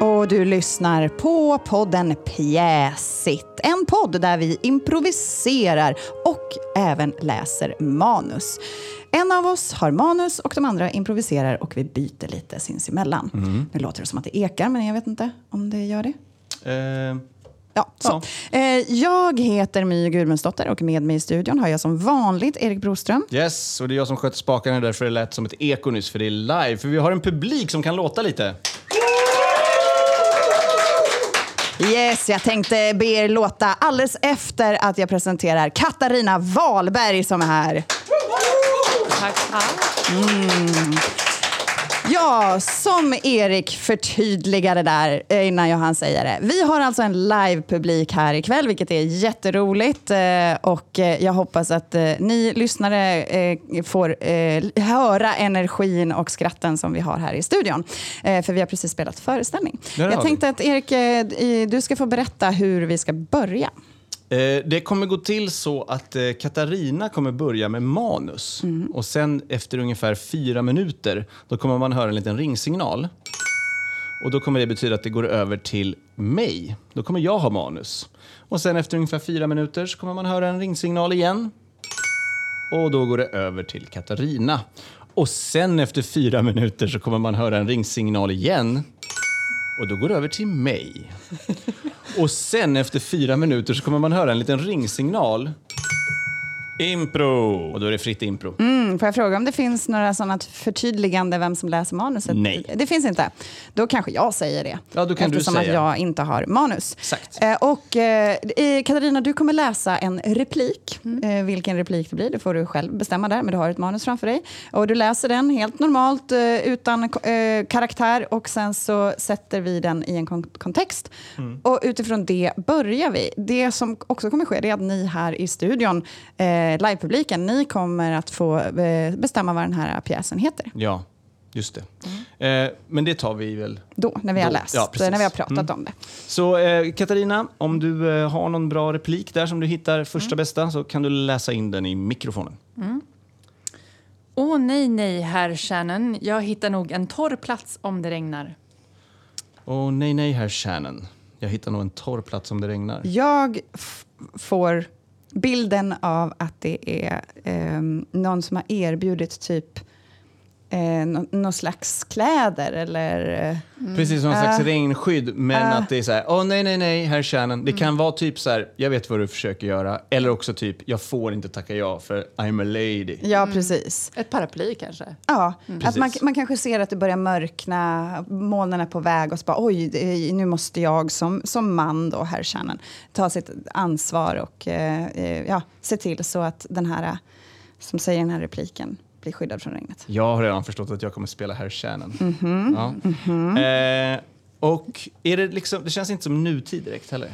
Och du lyssnar på podden Pjäsigt. En podd där vi improviserar och även läser manus. En av oss har manus och de andra improviserar och vi byter lite sinsemellan. Nu låter det som att det ekar, men jag vet inte om det gör det. Eh, Ja, så. Eh, Jag heter My Gudmundsdotter och med mig i studion har jag som vanligt Erik Broström. yes, och det är jag som sköter spakarna därför det lät som ett eko nyss, för det är live. För vi har en publik som kan låta lite. Yes, jag tänkte be er låta alldeles efter att jag presenterar Katarina Wahlberg som är här. Tack, tack. Ja, som Erik förtydligade där eh, innan jag hann säga det. Vi har alltså en live-publik här ikväll, vilket är jätteroligt. Eh, Och eh, jag hoppas att eh, ni lyssnare eh, får eh, höra energin och skratten som vi har här i studion. Eh, För vi har precis spelat föreställning. Det har Jag vi. tänkte att Erik, eh, d- du ska få berätta hur vi ska börja. Eh, det kommer gå till så att eh, Katarina kommer börja med manus. Och sen efter ungefär fyra minuter, då kommer man höra en liten ringsignal. Och då kommer det betyda att det går över till mig. Då kommer jag ha manus. Och sen efter ungefär fyra minuter så kommer man höra en ringsignal igen. Och då går det över till Katarina. Och sen efter fyra minuter så kommer man höra en ringsignal igen. Och då går det över till mig. Och sen efter fyra minuter så kommer man höra en liten ringsignal. Impro! Och då är det fritt impro. Mm, Får jag fråga om det finns några sådana förtydligande vem som läser manuset? Nej. Det finns inte. Då kanske jag säger det. Ja, då kan du eftersom säga. att jag inte har manus. Exakt. Eh, och, eh, eh, Katarina, du kommer läsa en replik. Eh, vilken replik det blir det får du själv bestämma där, men du har ett manus framför dig. Och du läser den helt normalt eh, utan eh, karaktär och sen så sätter vi den i en kon- kontext. Mm. Och utifrån det börjar vi. Det som också kommer ske det är att ni här i studion, eh, livepubliken, ni kommer att få eh, bestämma vad den här pjäsen heter. Ja, just det. Eh, men det tar vi väl. Då, när vi har Då. läst, eh, Ja, precis. Mm. när vi har pratat om det. Så eh, Katarina, om du eh, har någon bra replik där som du hittar första Mm. bästa så kan du läsa in den i mikrofonen. Åh nej, nej, herr Shannon. Jag hittar nog en torr plats om det regnar. Åh nej, nej, herr Shannon. Jag hittar nog en torr plats om det regnar. Jag f- får bilden av att det är ehm, någon som har erbjudit typ eh, nå- någon slags kläder eller... eh, Precis som en slags regnskydd, men att det är så här, åh nej, nej, nej, herr Shannon. Det Mm. kan vara typ så här, jag vet vad du försöker göra. Eller också typ, jag får inte tacka ja för I'm a lady. Ja, precis. Ett paraply kanske? Ja, att man, Precis. man kanske ser att det börjar mörkna, molnen är på väg och så bara oj, det- nu måste jag som, som man då, herr Shannon, ta sitt ansvar och eh, eh, ja, se till så att den här eh, som säger den här repliken blir skyddad från regnet. Jag har redan förstått att jag kommer spela herr Shannon. Mm-hmm. Ja. Eh, och är det, liksom, det känns inte som nutid direkt heller.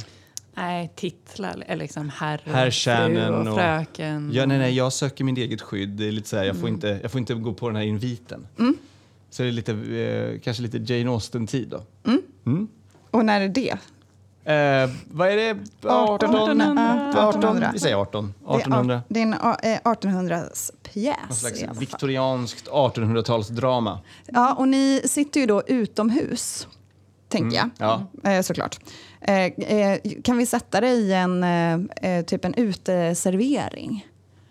Nej, titlar. Eller liksom herr, och Herr fru Shannon och- och Mm. fröken. Ja, nej, nej, jag söker mitt eget skydd. Det är lite så här, jag, får inte, jag får inte gå på den här inviten. Mm. Så det är lite, eh, kanske lite Jane Austen-tid då. Mm. Mm. Och när är det? Eh, vad är det? 18, 1800. 1800. Vi säger 18. Det är ar- 1800. Det är en a- eh, 1800s Någon pjäs. i alla slags fall. viktorianskt 1800-talsdrama. Ja, och ni sitter ju då utomhus, tänker jag. Mm, ja. Eh, såklart. Eh, eh, kan vi sätta det i en, eh, eh, typ en uteservering?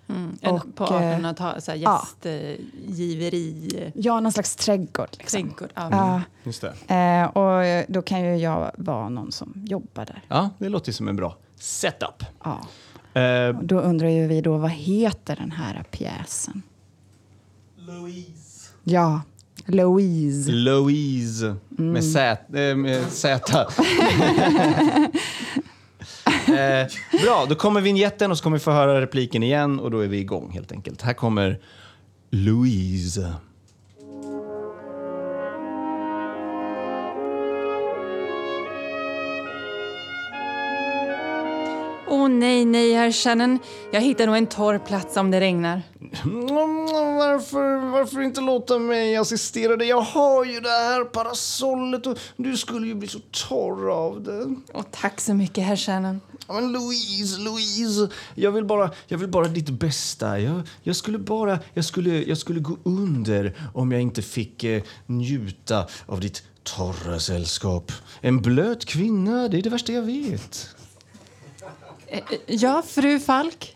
Mm, en, och, på eh, 1800-talet, så här ja. gästgiveri, eh, Ja, någon slags trädgård. Liksom. trädgård. Ja. Ja, Just det. eh, och eh, då kan ju jag vara någon som jobbar där. Ja, det låter ju som en bra setup. Ja. Eh, Och Då undrar ju vi då, vad heter den här pjäsen? Louise. Ja, Louise. Louise med Z. eh, Med Z. eh, bra, då kommer vignetten och så kommer vi få höra repliken igen och då är vi igång helt enkelt. Här kommer Louise. Åh nej, nej, herr Shannon. Jag hittar nog en torr plats om det regnar. Mm, Varför, varför inte låta mig assistera dig? Jag har ju det här parasollet och du skulle ju bli så torr av det. Och tack så mycket, herr Shannon. Ja, men Louise, Louise, jag vill bara, jag vill bara ditt bästa. Jag, jag skulle bara, jag skulle, jag skulle gå under om jag inte fick eh, njuta av ditt Torra sällskap. En blöt kvinna, det är det värsta jag vet. Ja, fru Falk.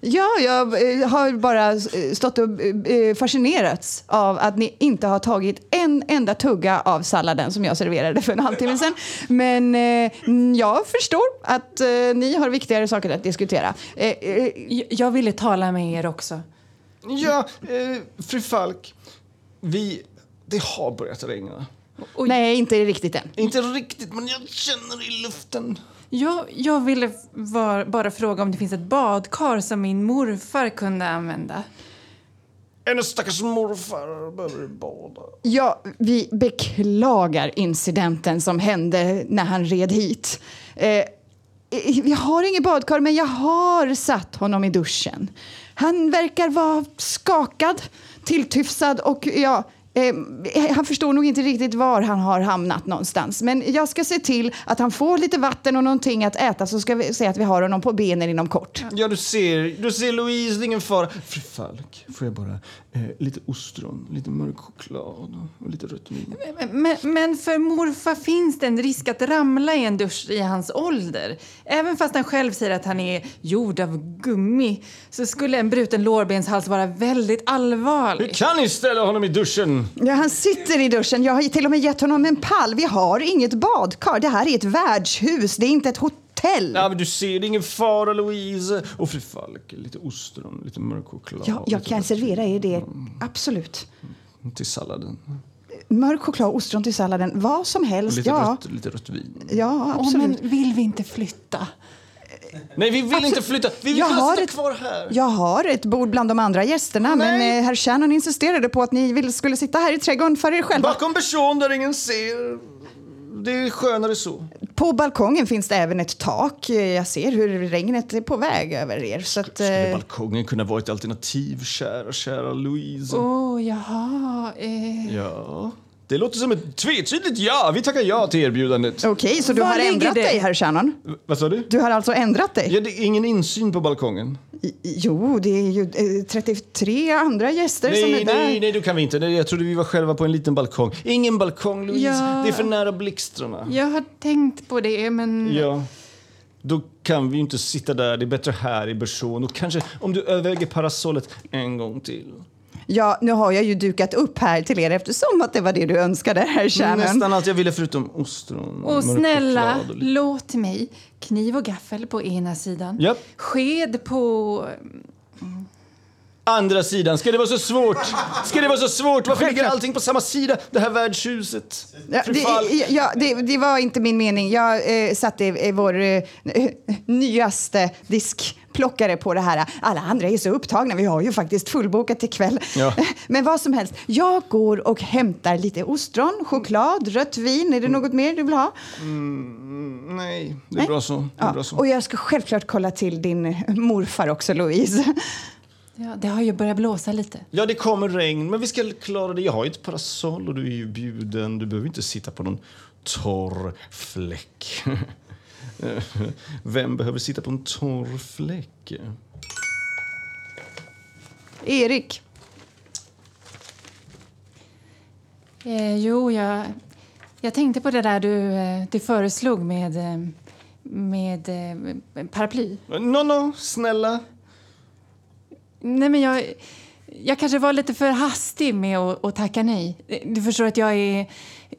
Ja, jag eh, har bara eh, stått och eh, fascinerats av att ni inte har tagit en enda tugga av salladen som jag serverade för en halvtimme sedan. Men eh, mm, jag förstår att eh, ni har viktigare saker att diskutera. Eh, eh, J- Jag ville tala med er också. Ja, eh, fru Falk. Vi... Det har börjat regna. Oj. nej, inte riktigt än. Inte riktigt, men jag känner det i luften. Jag, jag ville var, bara fråga om det finns ett badkar som min morfar kunde använda. En stackars morfar behöver bada. Ja, vi beklagar incidenten som hände när han red hit. Eh, jag har inget badkar, men jag har satt honom i duschen. Han verkar vara skakad, tilltufsad och ja, eh, han förstår nog inte riktigt var han har hamnat någonstans. Men jag ska se till att han får lite vatten och någonting att äta så ska vi se att vi har honom på benen inom kort. Ja, du ser, du ser Louise, det är ingen fara. Fru Falk, får jag bara eh, lite ostron, lite mörk choklad och lite rött vin? Men, men för morfar finns det en risk att ramla i en dusch i hans ålder. Även fast han själv säger att han är gjord av gummi så skulle en bruten lårbenshals vara väldigt Vi allvarlig. kan ni ställa honom i duschen? Ja, han sitter i duschen. Jag har till och med gett honom en pall. Vi har inget badkar. Det här är ett värdshus. Det är inte ett hotell. Ja, men du ser, det är ingen fara Louise. Och fru Falk, lite ostron, lite mörk choklad. Ja, jag lite kan rött servera er det. Absolut. vin Till salladen. Mörk choklad, ostron till salladen. Vad som Och helst. lite, Ja, rött, lite rött vin. ja Åh, absolut. men vill vi inte flytta? Nej, vi vill inte flytta. Vi vill Jag har stanna ett- kvar här. Jag har ett bord bland de andra gästerna, men eh, herr Shannon insisterade på att ni ville- skulle sitta här i trädgården för er själva. Bakom person där ingen ser. Det är skönare så. På balkongen finns det även ett tak. Eh, Jag ser hur regnet är på väg över er. Så att, Skulle eh, balkongen kunna vara ett alternativ, kära, kära Louise? Åh, oh, jaha. Eh. Ja. Det låter som ett tvetydigt ja. Vi tackar ja till erbjudandet. Okej, så du Var har ligger ändrat det? dig, herr Shannon? V- Vad sa du? Du har alltså ändrat dig? Ja, det är ingen insyn på balkongen. I- Jo, det är ju eh, 33 andra gäster som Nej, är där. nej, nej, du kan vi inte. Nej, Jag trodde vi var själva på en liten balkong. Ingen balkong, Louise. Ja. Det är för nära blixtarna. Jag har tänkt på det, men... Ja. Då kan vi ju inte sitta där. Det är bättre här i person. Och kanske om du överväger parasollet en gång till. Ja, nu har jag ju dukat upp här till er eftersom att det var det du önskade, herr Shannon. Nästan allt jag ville förutom ostron. Och mörk snälla, choklad och lite- låt mig kniv och gaffel på ena sidan. Japp. Sked på... Andra sidan, ska det vara så svårt? Ska det vara så svårt? Varför ligger allting på samma sida? Det här värdshuset. Ja, Fru det, Falk. ja, det, det var inte min mening. Jag eh, satte eh, vår eh, nyaste diskplockare på det här. Alla andra är så upptagna. Vi har ju faktiskt fullbokat ikväll. Ja. Men vad som helst. Jag går och hämtar lite ostron, choklad, rött vin. Mm. Är det något mer du vill ha? Nej, det är bra så. Det är Ja. bra så. Och jag ska självklart kolla till din morfar också, Louise. Ja, det har ju börjat blåsa lite. Ja, det kommer regn, men vi ska klara det. Jag har ju ett parasoll och du är ju bjuden. Du behöver inte sitta på någon torr fläck. Vem behöver sitta på en torr fläck? Erik. Eh, jo, jag, jag tänkte på det där du, eh, du föreslog med, eh, med eh, paraply. No, no, snälla. Nej, men jag, jag kanske var lite för hastig med att, att tacka nej. Eh, Du förstår att jag är...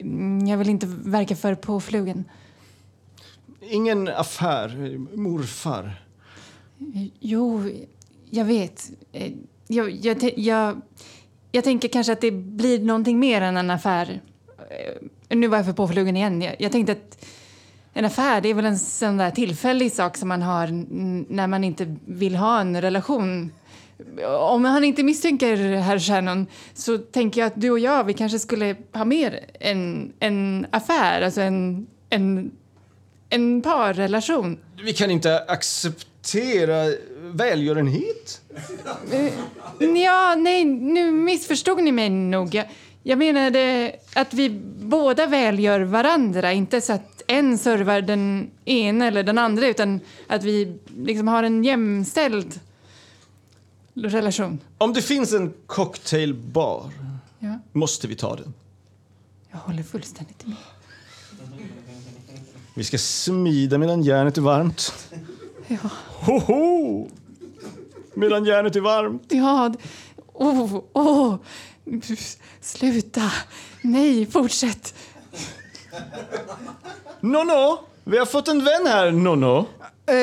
mm, Jag vill inte verka för påflugen. Ingen affär, morfar. Eh, Jo, jag vet. Eh, Jag, jag, tän- jag, jag tänker kanske att det blir någonting mer än en affär. Eh, Nu var jag för påflugen igen. Jag, jag tänkte att en affär det är väl en sån där tillfällig sak som man har n- när man inte vill ha en relation. Om han inte misstänker herr Shannon så tänker jag att du och jag vi kanske skulle ha mer en, en affär, alltså en, en, en parrelation. Vi kan inte acceptera välgörenhet. Ja, nej, nu missförstod ni mig nog. Jag, jag menade att vi båda välgör varandra, inte så att en servar den ena eller den andra, utan att vi liksom har en jämställd relation. Om det finns en cocktailbar Ja. måste vi ta den. Jag håller fullständigt med. Vi ska smida medan järnet är varmt. Ja. Hoho! Medan järnet är varmt. Ja, åh, åh. Sluta. Nej, fortsätt. Nonno! Vi har fått en vän här, Nonno. Eh,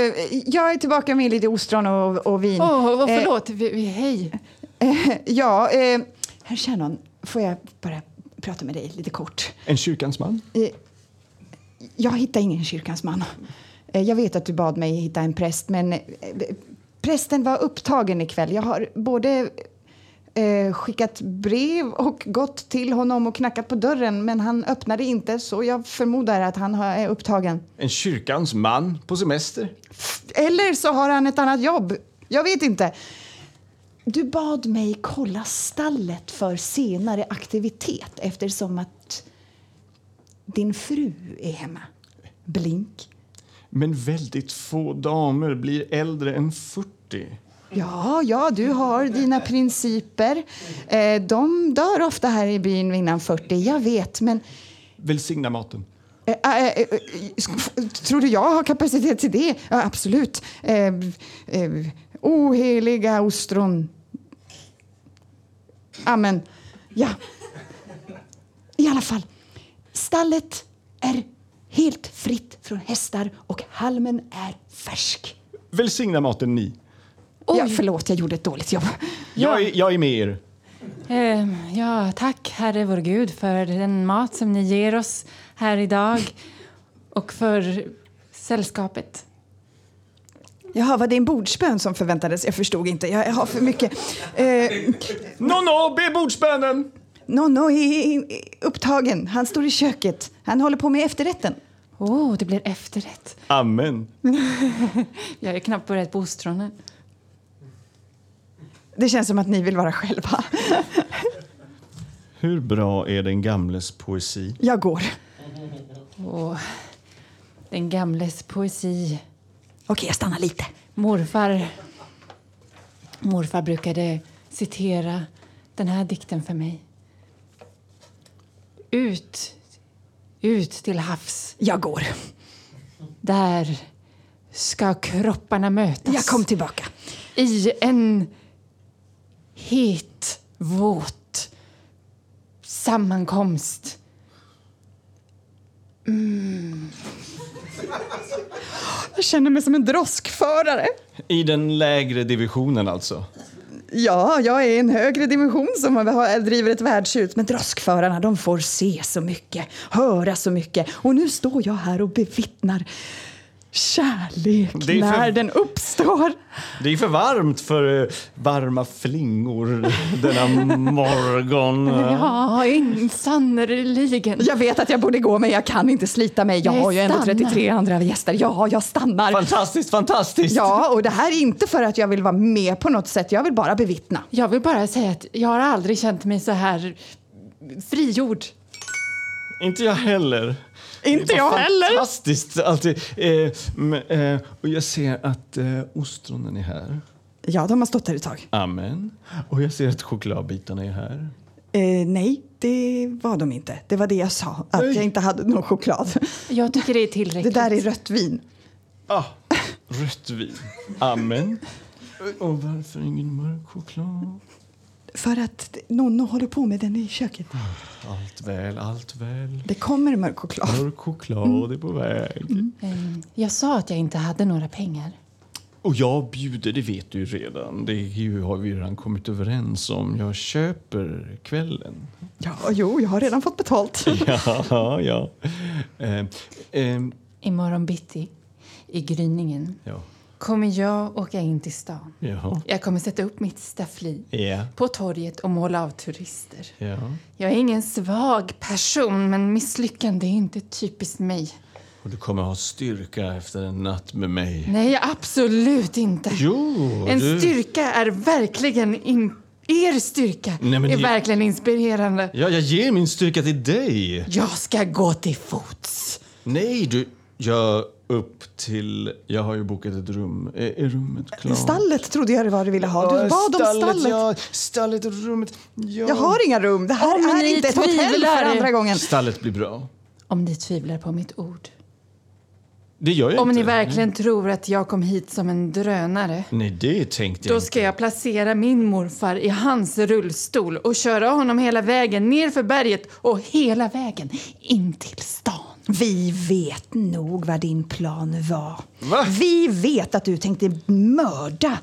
jag är tillbaka med lite ostron och, och vin. Åh, åh, Eh, förlåt. Vi, vi, hej. ja, eh, herr Shannon, får jag bara prata med dig lite kort? En kyrkans man. Eh, jag hittar ingen kyrkans man. Eh, jag vet att du bad mig hitta en präst, men eh, prästen var upptagen ikväll. Jag har både eh, skickat brev och gått till honom och knackat på dörren, men han öppnade inte, så jag förmodar att han har- är upptagen. En kyrkans man på semester. Eller så har han ett annat jobb. Jag vet inte. Du bad mig kolla stallet för senare aktivitet eftersom att din fru är hemma. Blink. Men väldigt få damer blir äldre än 40. Ja, ja, du har dina principer. Eh, de dör ofta här i byn innan 40, jag vet. Men Välsigna maten. Eh, eh, eh, eh, sk- tror du jag har kapacitet till det? Ja, absolut. Eh, eh, oheliga ostron. Amen. Ja. I alla fall. Stallet är helt fritt från hästar och halmen är färsk. Välsigna maten ni. Ja, förlåt, jag gjorde ett dåligt jobb. Jag är, jag är med er. Eh, ja, tack Herre vår Gud för den mat som ni ger oss här idag och för sällskapet. Jaha, var det en bordsbön som förväntades? Jag förstod inte. Jag har för mycket. eh, Nonno, be bordsbönen! Nonno är upptagen. Han står i köket. Han håller på med efterrätten. Åh, oh, det blir efterrätt. Amen. Jag är knappt börjat på ostronen. Det känns som att ni vill vara själva. Hur bra är den gamles poesi? Jag går. Åh, den gamles poesi. Okej, jag stannar lite. Morfar, morfar brukade citera den här dikten för mig. Ut, ut till havs. Jag går. Där ska kropparna mötas. Jag kom tillbaka. I en het, våt sammankomst. Jag känner mig som en droskförare. I den lägre divisionen alltså. Ja, jag är i en högre dimension som har- driver ett värdshus. Men droskförarna, de får se så mycket, höra så mycket. Och nu står jag här och bevittnar kärlek Det är för- när den uppstår. Det är för varmt för eh, varma flingor denna morgon. Ja, in, sannerligen. Jag vet att jag borde gå, men jag kan inte slita mig. Jag Nej, har ju ändå stanna. 33 andra gäster. Ja, jag stannar. Fantastiskt, fantastiskt! Ja, och det här är inte för att jag vill vara med på något sätt. Jag vill bara bevittna. Jag vill bara säga att jag har aldrig känt mig så här frigjord. Inte jag heller. Inte jag Vad heller. Fantastiskt alltid. Eh, men, eh, och jag ser att eh, ostronen är här. Ja, de har stått där ett tag. Amen. Och jag ser att chokladbitarna är här. Eh, nej, det var de inte. Det var det jag sa, att Nej. jag inte hade någon choklad. Jag tycker det är Det tillräckligt. där är rött vin. Ah, rött vin. Amen. Och varför ingen mörk choklad? För att Nonno håller på med den i köket. Allt väl, allt väl. Det kommer mörk choklad. Mörk choklad är på Mm. väg. Ehm, Jag sa att jag inte hade några pengar. Och jag bjuder, det vet du ju redan. Det är ju- har vi redan kommit överens om. Jag köper kvällen. Ja, jo, jag har redan fått betalt. Ja, ja. Eh, ehm, Imorgon bitti, i gryningen, ja. kommer jag åka in till stan. Jaha. Jag kommer sätta upp mitt staffli Ja. på torget och måla av turister. Ja. Jag är ingen svag person, men misslyckande är inte typiskt mig. Och du kommer ha styrka efter en natt med mig. Nej, absolut inte. Jo, En du... styrka är verkligen... In, er styrka Nej, men är ni- verkligen inspirerande. Ja, jag ger min styrka till dig. Jag ska gå till fots. Nej, du... Jag... upp till... Jag har ju bokat ett rum. Är, är rummet klart? Äh, Stallet trodde jag det var du ville ha. Ja, Du bad om stallet. Ja, stallet och rummet. Ja. Jag har inga rum. Det här Ja, men är ni inte ett hotell tvivlar. för andra gången. Stallet blir bra. Om ni tvivlar på mitt ord. Det gör jag Om inte. Mm. ni verkligen tror att jag kom hit som en drönare. Nej, det tänkte jag Då inte. ska jag placera min morfar i hans rullstol och köra honom hela vägen ner för berget och hela vägen in till stan. Vi vet nog vad din plan var. Va? Vi vet att du tänkte mörda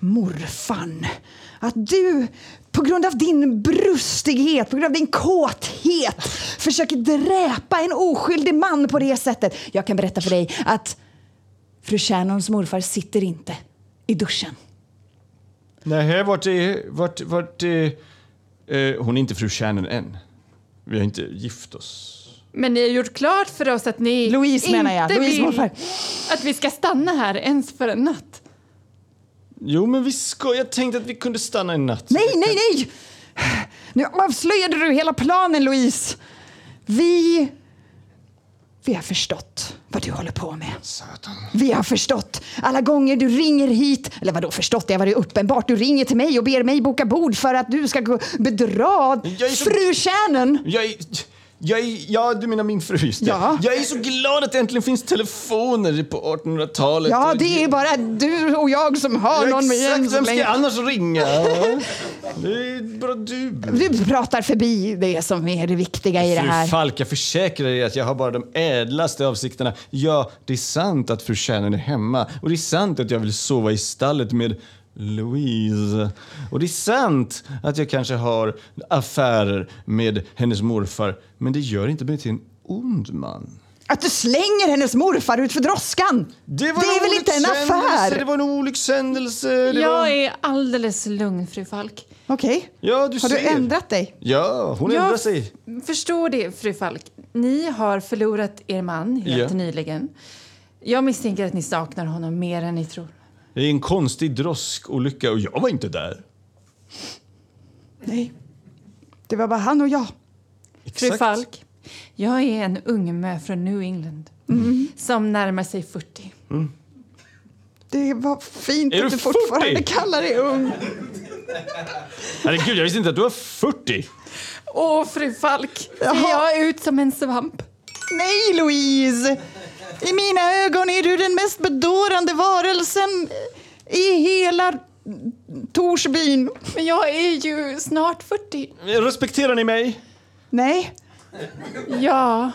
morfan. Att du på grund av din brustighet, på grund av din kåthet försöker dräpa en oskyldig man på det sättet. Jag kan berätta för dig att fru Shannons morfar sitter inte i duschen. Nej, vart är... Vart, vart är eh, hon är inte fru Shannon än. Vi har inte gift oss. Men ni har gjort klart för oss att ni Louise inte menar jag. Louise vill morfar. att vi ska stanna här ens för en natt. Jo, men vi ska... Jag tänkte att vi kunde stanna en natt. Nej, nej, nej! Nu avslöjade du hela planen, Louise. Vi... Vi har förstått vad du håller på med. Satan. Vi har förstått. Alla gånger du ringer hit, eller vadå förstått, det har varit uppenbart. Du ringer till mig och ber mig boka bord för att du ska gå- bedra Jag är så- fru Shannon. Jag är... Jag är, ja, du menar min fru, just det. Ja. Jag är så glad att det äntligen finns telefoner på 1800-talet. Ja, det är bara du och jag som har Ja, någon med exakt, igen vem så ska länge. jag annars ringa? Ja. Det är bara du. Du pratar förbi det som är det viktiga i det här. Fru Falk, jag försäkrar er att jag har bara de ädlaste avsikterna. Ja, det är sant att fru Shannon är hemma och det är sant att jag vill sova i stallet med Louise. Och det är sant att jag kanske har affärer med hennes morfar, men det gör inte mig till en ond man. Att du slänger hennes morfar ut för droskan! är väl inte en affär? Det var en olyckshändelse. Det var... Jag är alldeles lugn, fru Falk. Okej. Ja, du Har ser. du ändrat dig? Ja, hon ändrar Jag sig. f- förstår det, fru Falk. Ni har förlorat er man helt Ja. nyligen. Jag misstänker att ni saknar honom mer än ni tror. Det är en konstig droskolycka och jag var inte där. Nej. Det var bara han och jag. Fru Exakt. Falk, jag är en ung mö från New England som närmar sig 40. Det var fint Är att du du fortfarande 40? kallar dig ung. Herregud, jag visste inte att du var 40. Åh, fru Falk, ser Jaha. jag ut som en svamp? Nej, Louise! I mina ögon är du den mest bedårande varelsen i hela Torsbyn. Men jag är ju snart 40. Respekterar ni mig? Nej, Ja,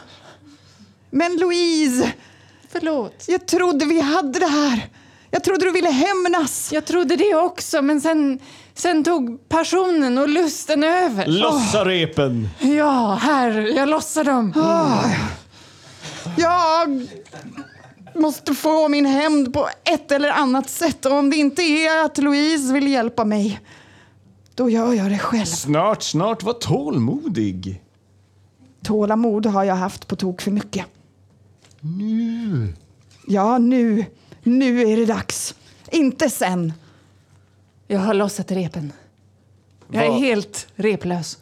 men Louise, förlåt. jag trodde vi hade det här. Jag trodde du ville hämnas. Jag trodde det också, men sen, sen tog passionen och lusten över. Lossa repen! Ja, här, jag lossar dem. Jag måste få min hämnd på ett eller annat sätt. Och om det inte är att Louise vill hjälpa mig, då gör jag det själv. Snart, snart, var tålmodig. Tålamod har jag haft på tok för mycket. Nu? Ja, nu. Nu är det dags. Inte sen. Jag har lossat repen. Jag är Vad- helt replös.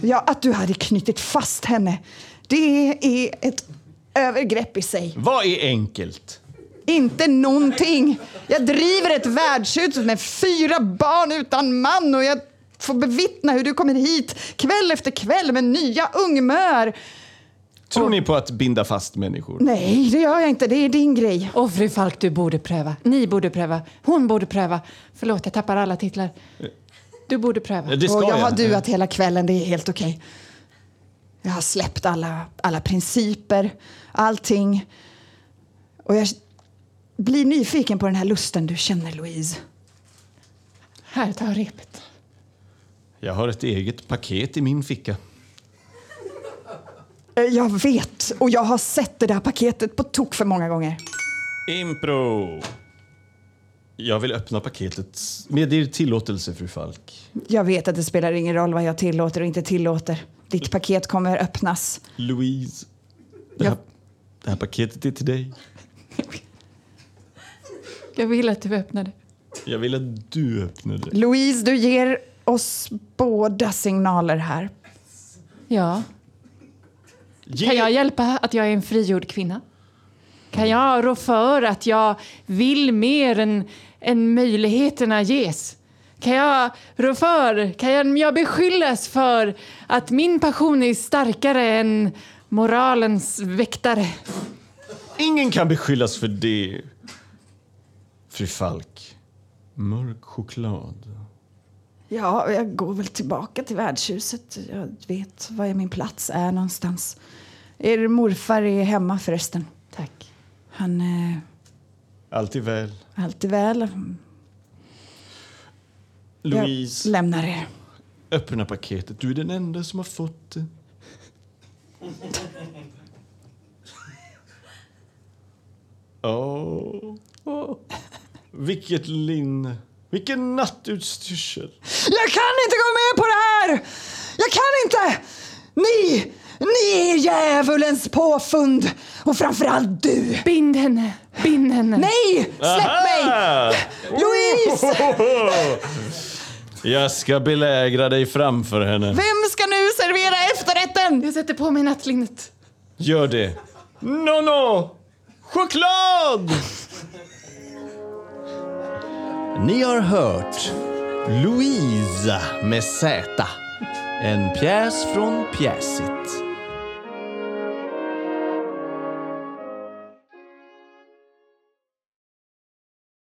Ja, att du hade knutit fast henne, det är ett övergrepp i sig. Vad är enkelt? Inte någonting. Jag driver ett värdshus med fyra barn utan man och jag får bevittna hur du kommer hit kväll efter kväll med nya ungmör. Tror ni på att binda fast människor? Nej, det gör jag inte. Det är din grej. Åh, fru Falk, du borde pröva. Ni borde pröva. Hon borde pröva. Förlåt, jag tappar alla titlar. Du borde pröva. Det ska och jag, jag. har duat hela kvällen, det är helt okej. Jag har släppt alla, alla principer, allting. Och jag blir nyfiken på den här lusten du känner, Louise. Här, ta repet. Jag har ett eget paket i min ficka. Eh, Jag vet, och jag har sett det där paketet på tok för många gånger. Impro! Jag vill öppna paketet med er tillåtelse, fru Falk. Jag vet att det spelar ingen roll vad jag tillåter och inte tillåter. Ditt paket kommer öppnas. Louise, det här, Ja. det här paketet är till dig. Jag vill att du öppnar det. Jag vill att du öppnar det. Louise, du ger oss båda signaler här. Ja. Ge- Kan jag hjälpa att jag är en frigjord kvinna? Kan jag rå för att jag vill mer än, än möjligheterna ges? Kan jag rå för, kan jag, jag beskyllas för att min passion är starkare än moralens väktare? Ingen kan beskyllas för det. Fru Falk. Mörk choklad. Ja, jag går väl tillbaka till värdshuset. Jag vet var min plats är någonstans. Er morfar är hemma förresten. Tack. Han är Alltid väl. alltid väl. Louise, Jag lämnar er. öppna paketet. Du är den enda som har fått det. Åh. Vilket linne. Vilken nattutstyrsel. Jag kan inte gå med på det här! Jag kan inte! Ni, ni är djävulens påfund! Och framförallt du! Bind henne, bind henne. Nej! Släpp mig! Ah! Louise! Jag ska belägra dig framför henne. Vem ska nu servera efterrätten? Jag sätter på mig nattlinnet. Gör det. No, no! Choklad! Ni har hört Louisa med Z. En pjäs från pjäsit.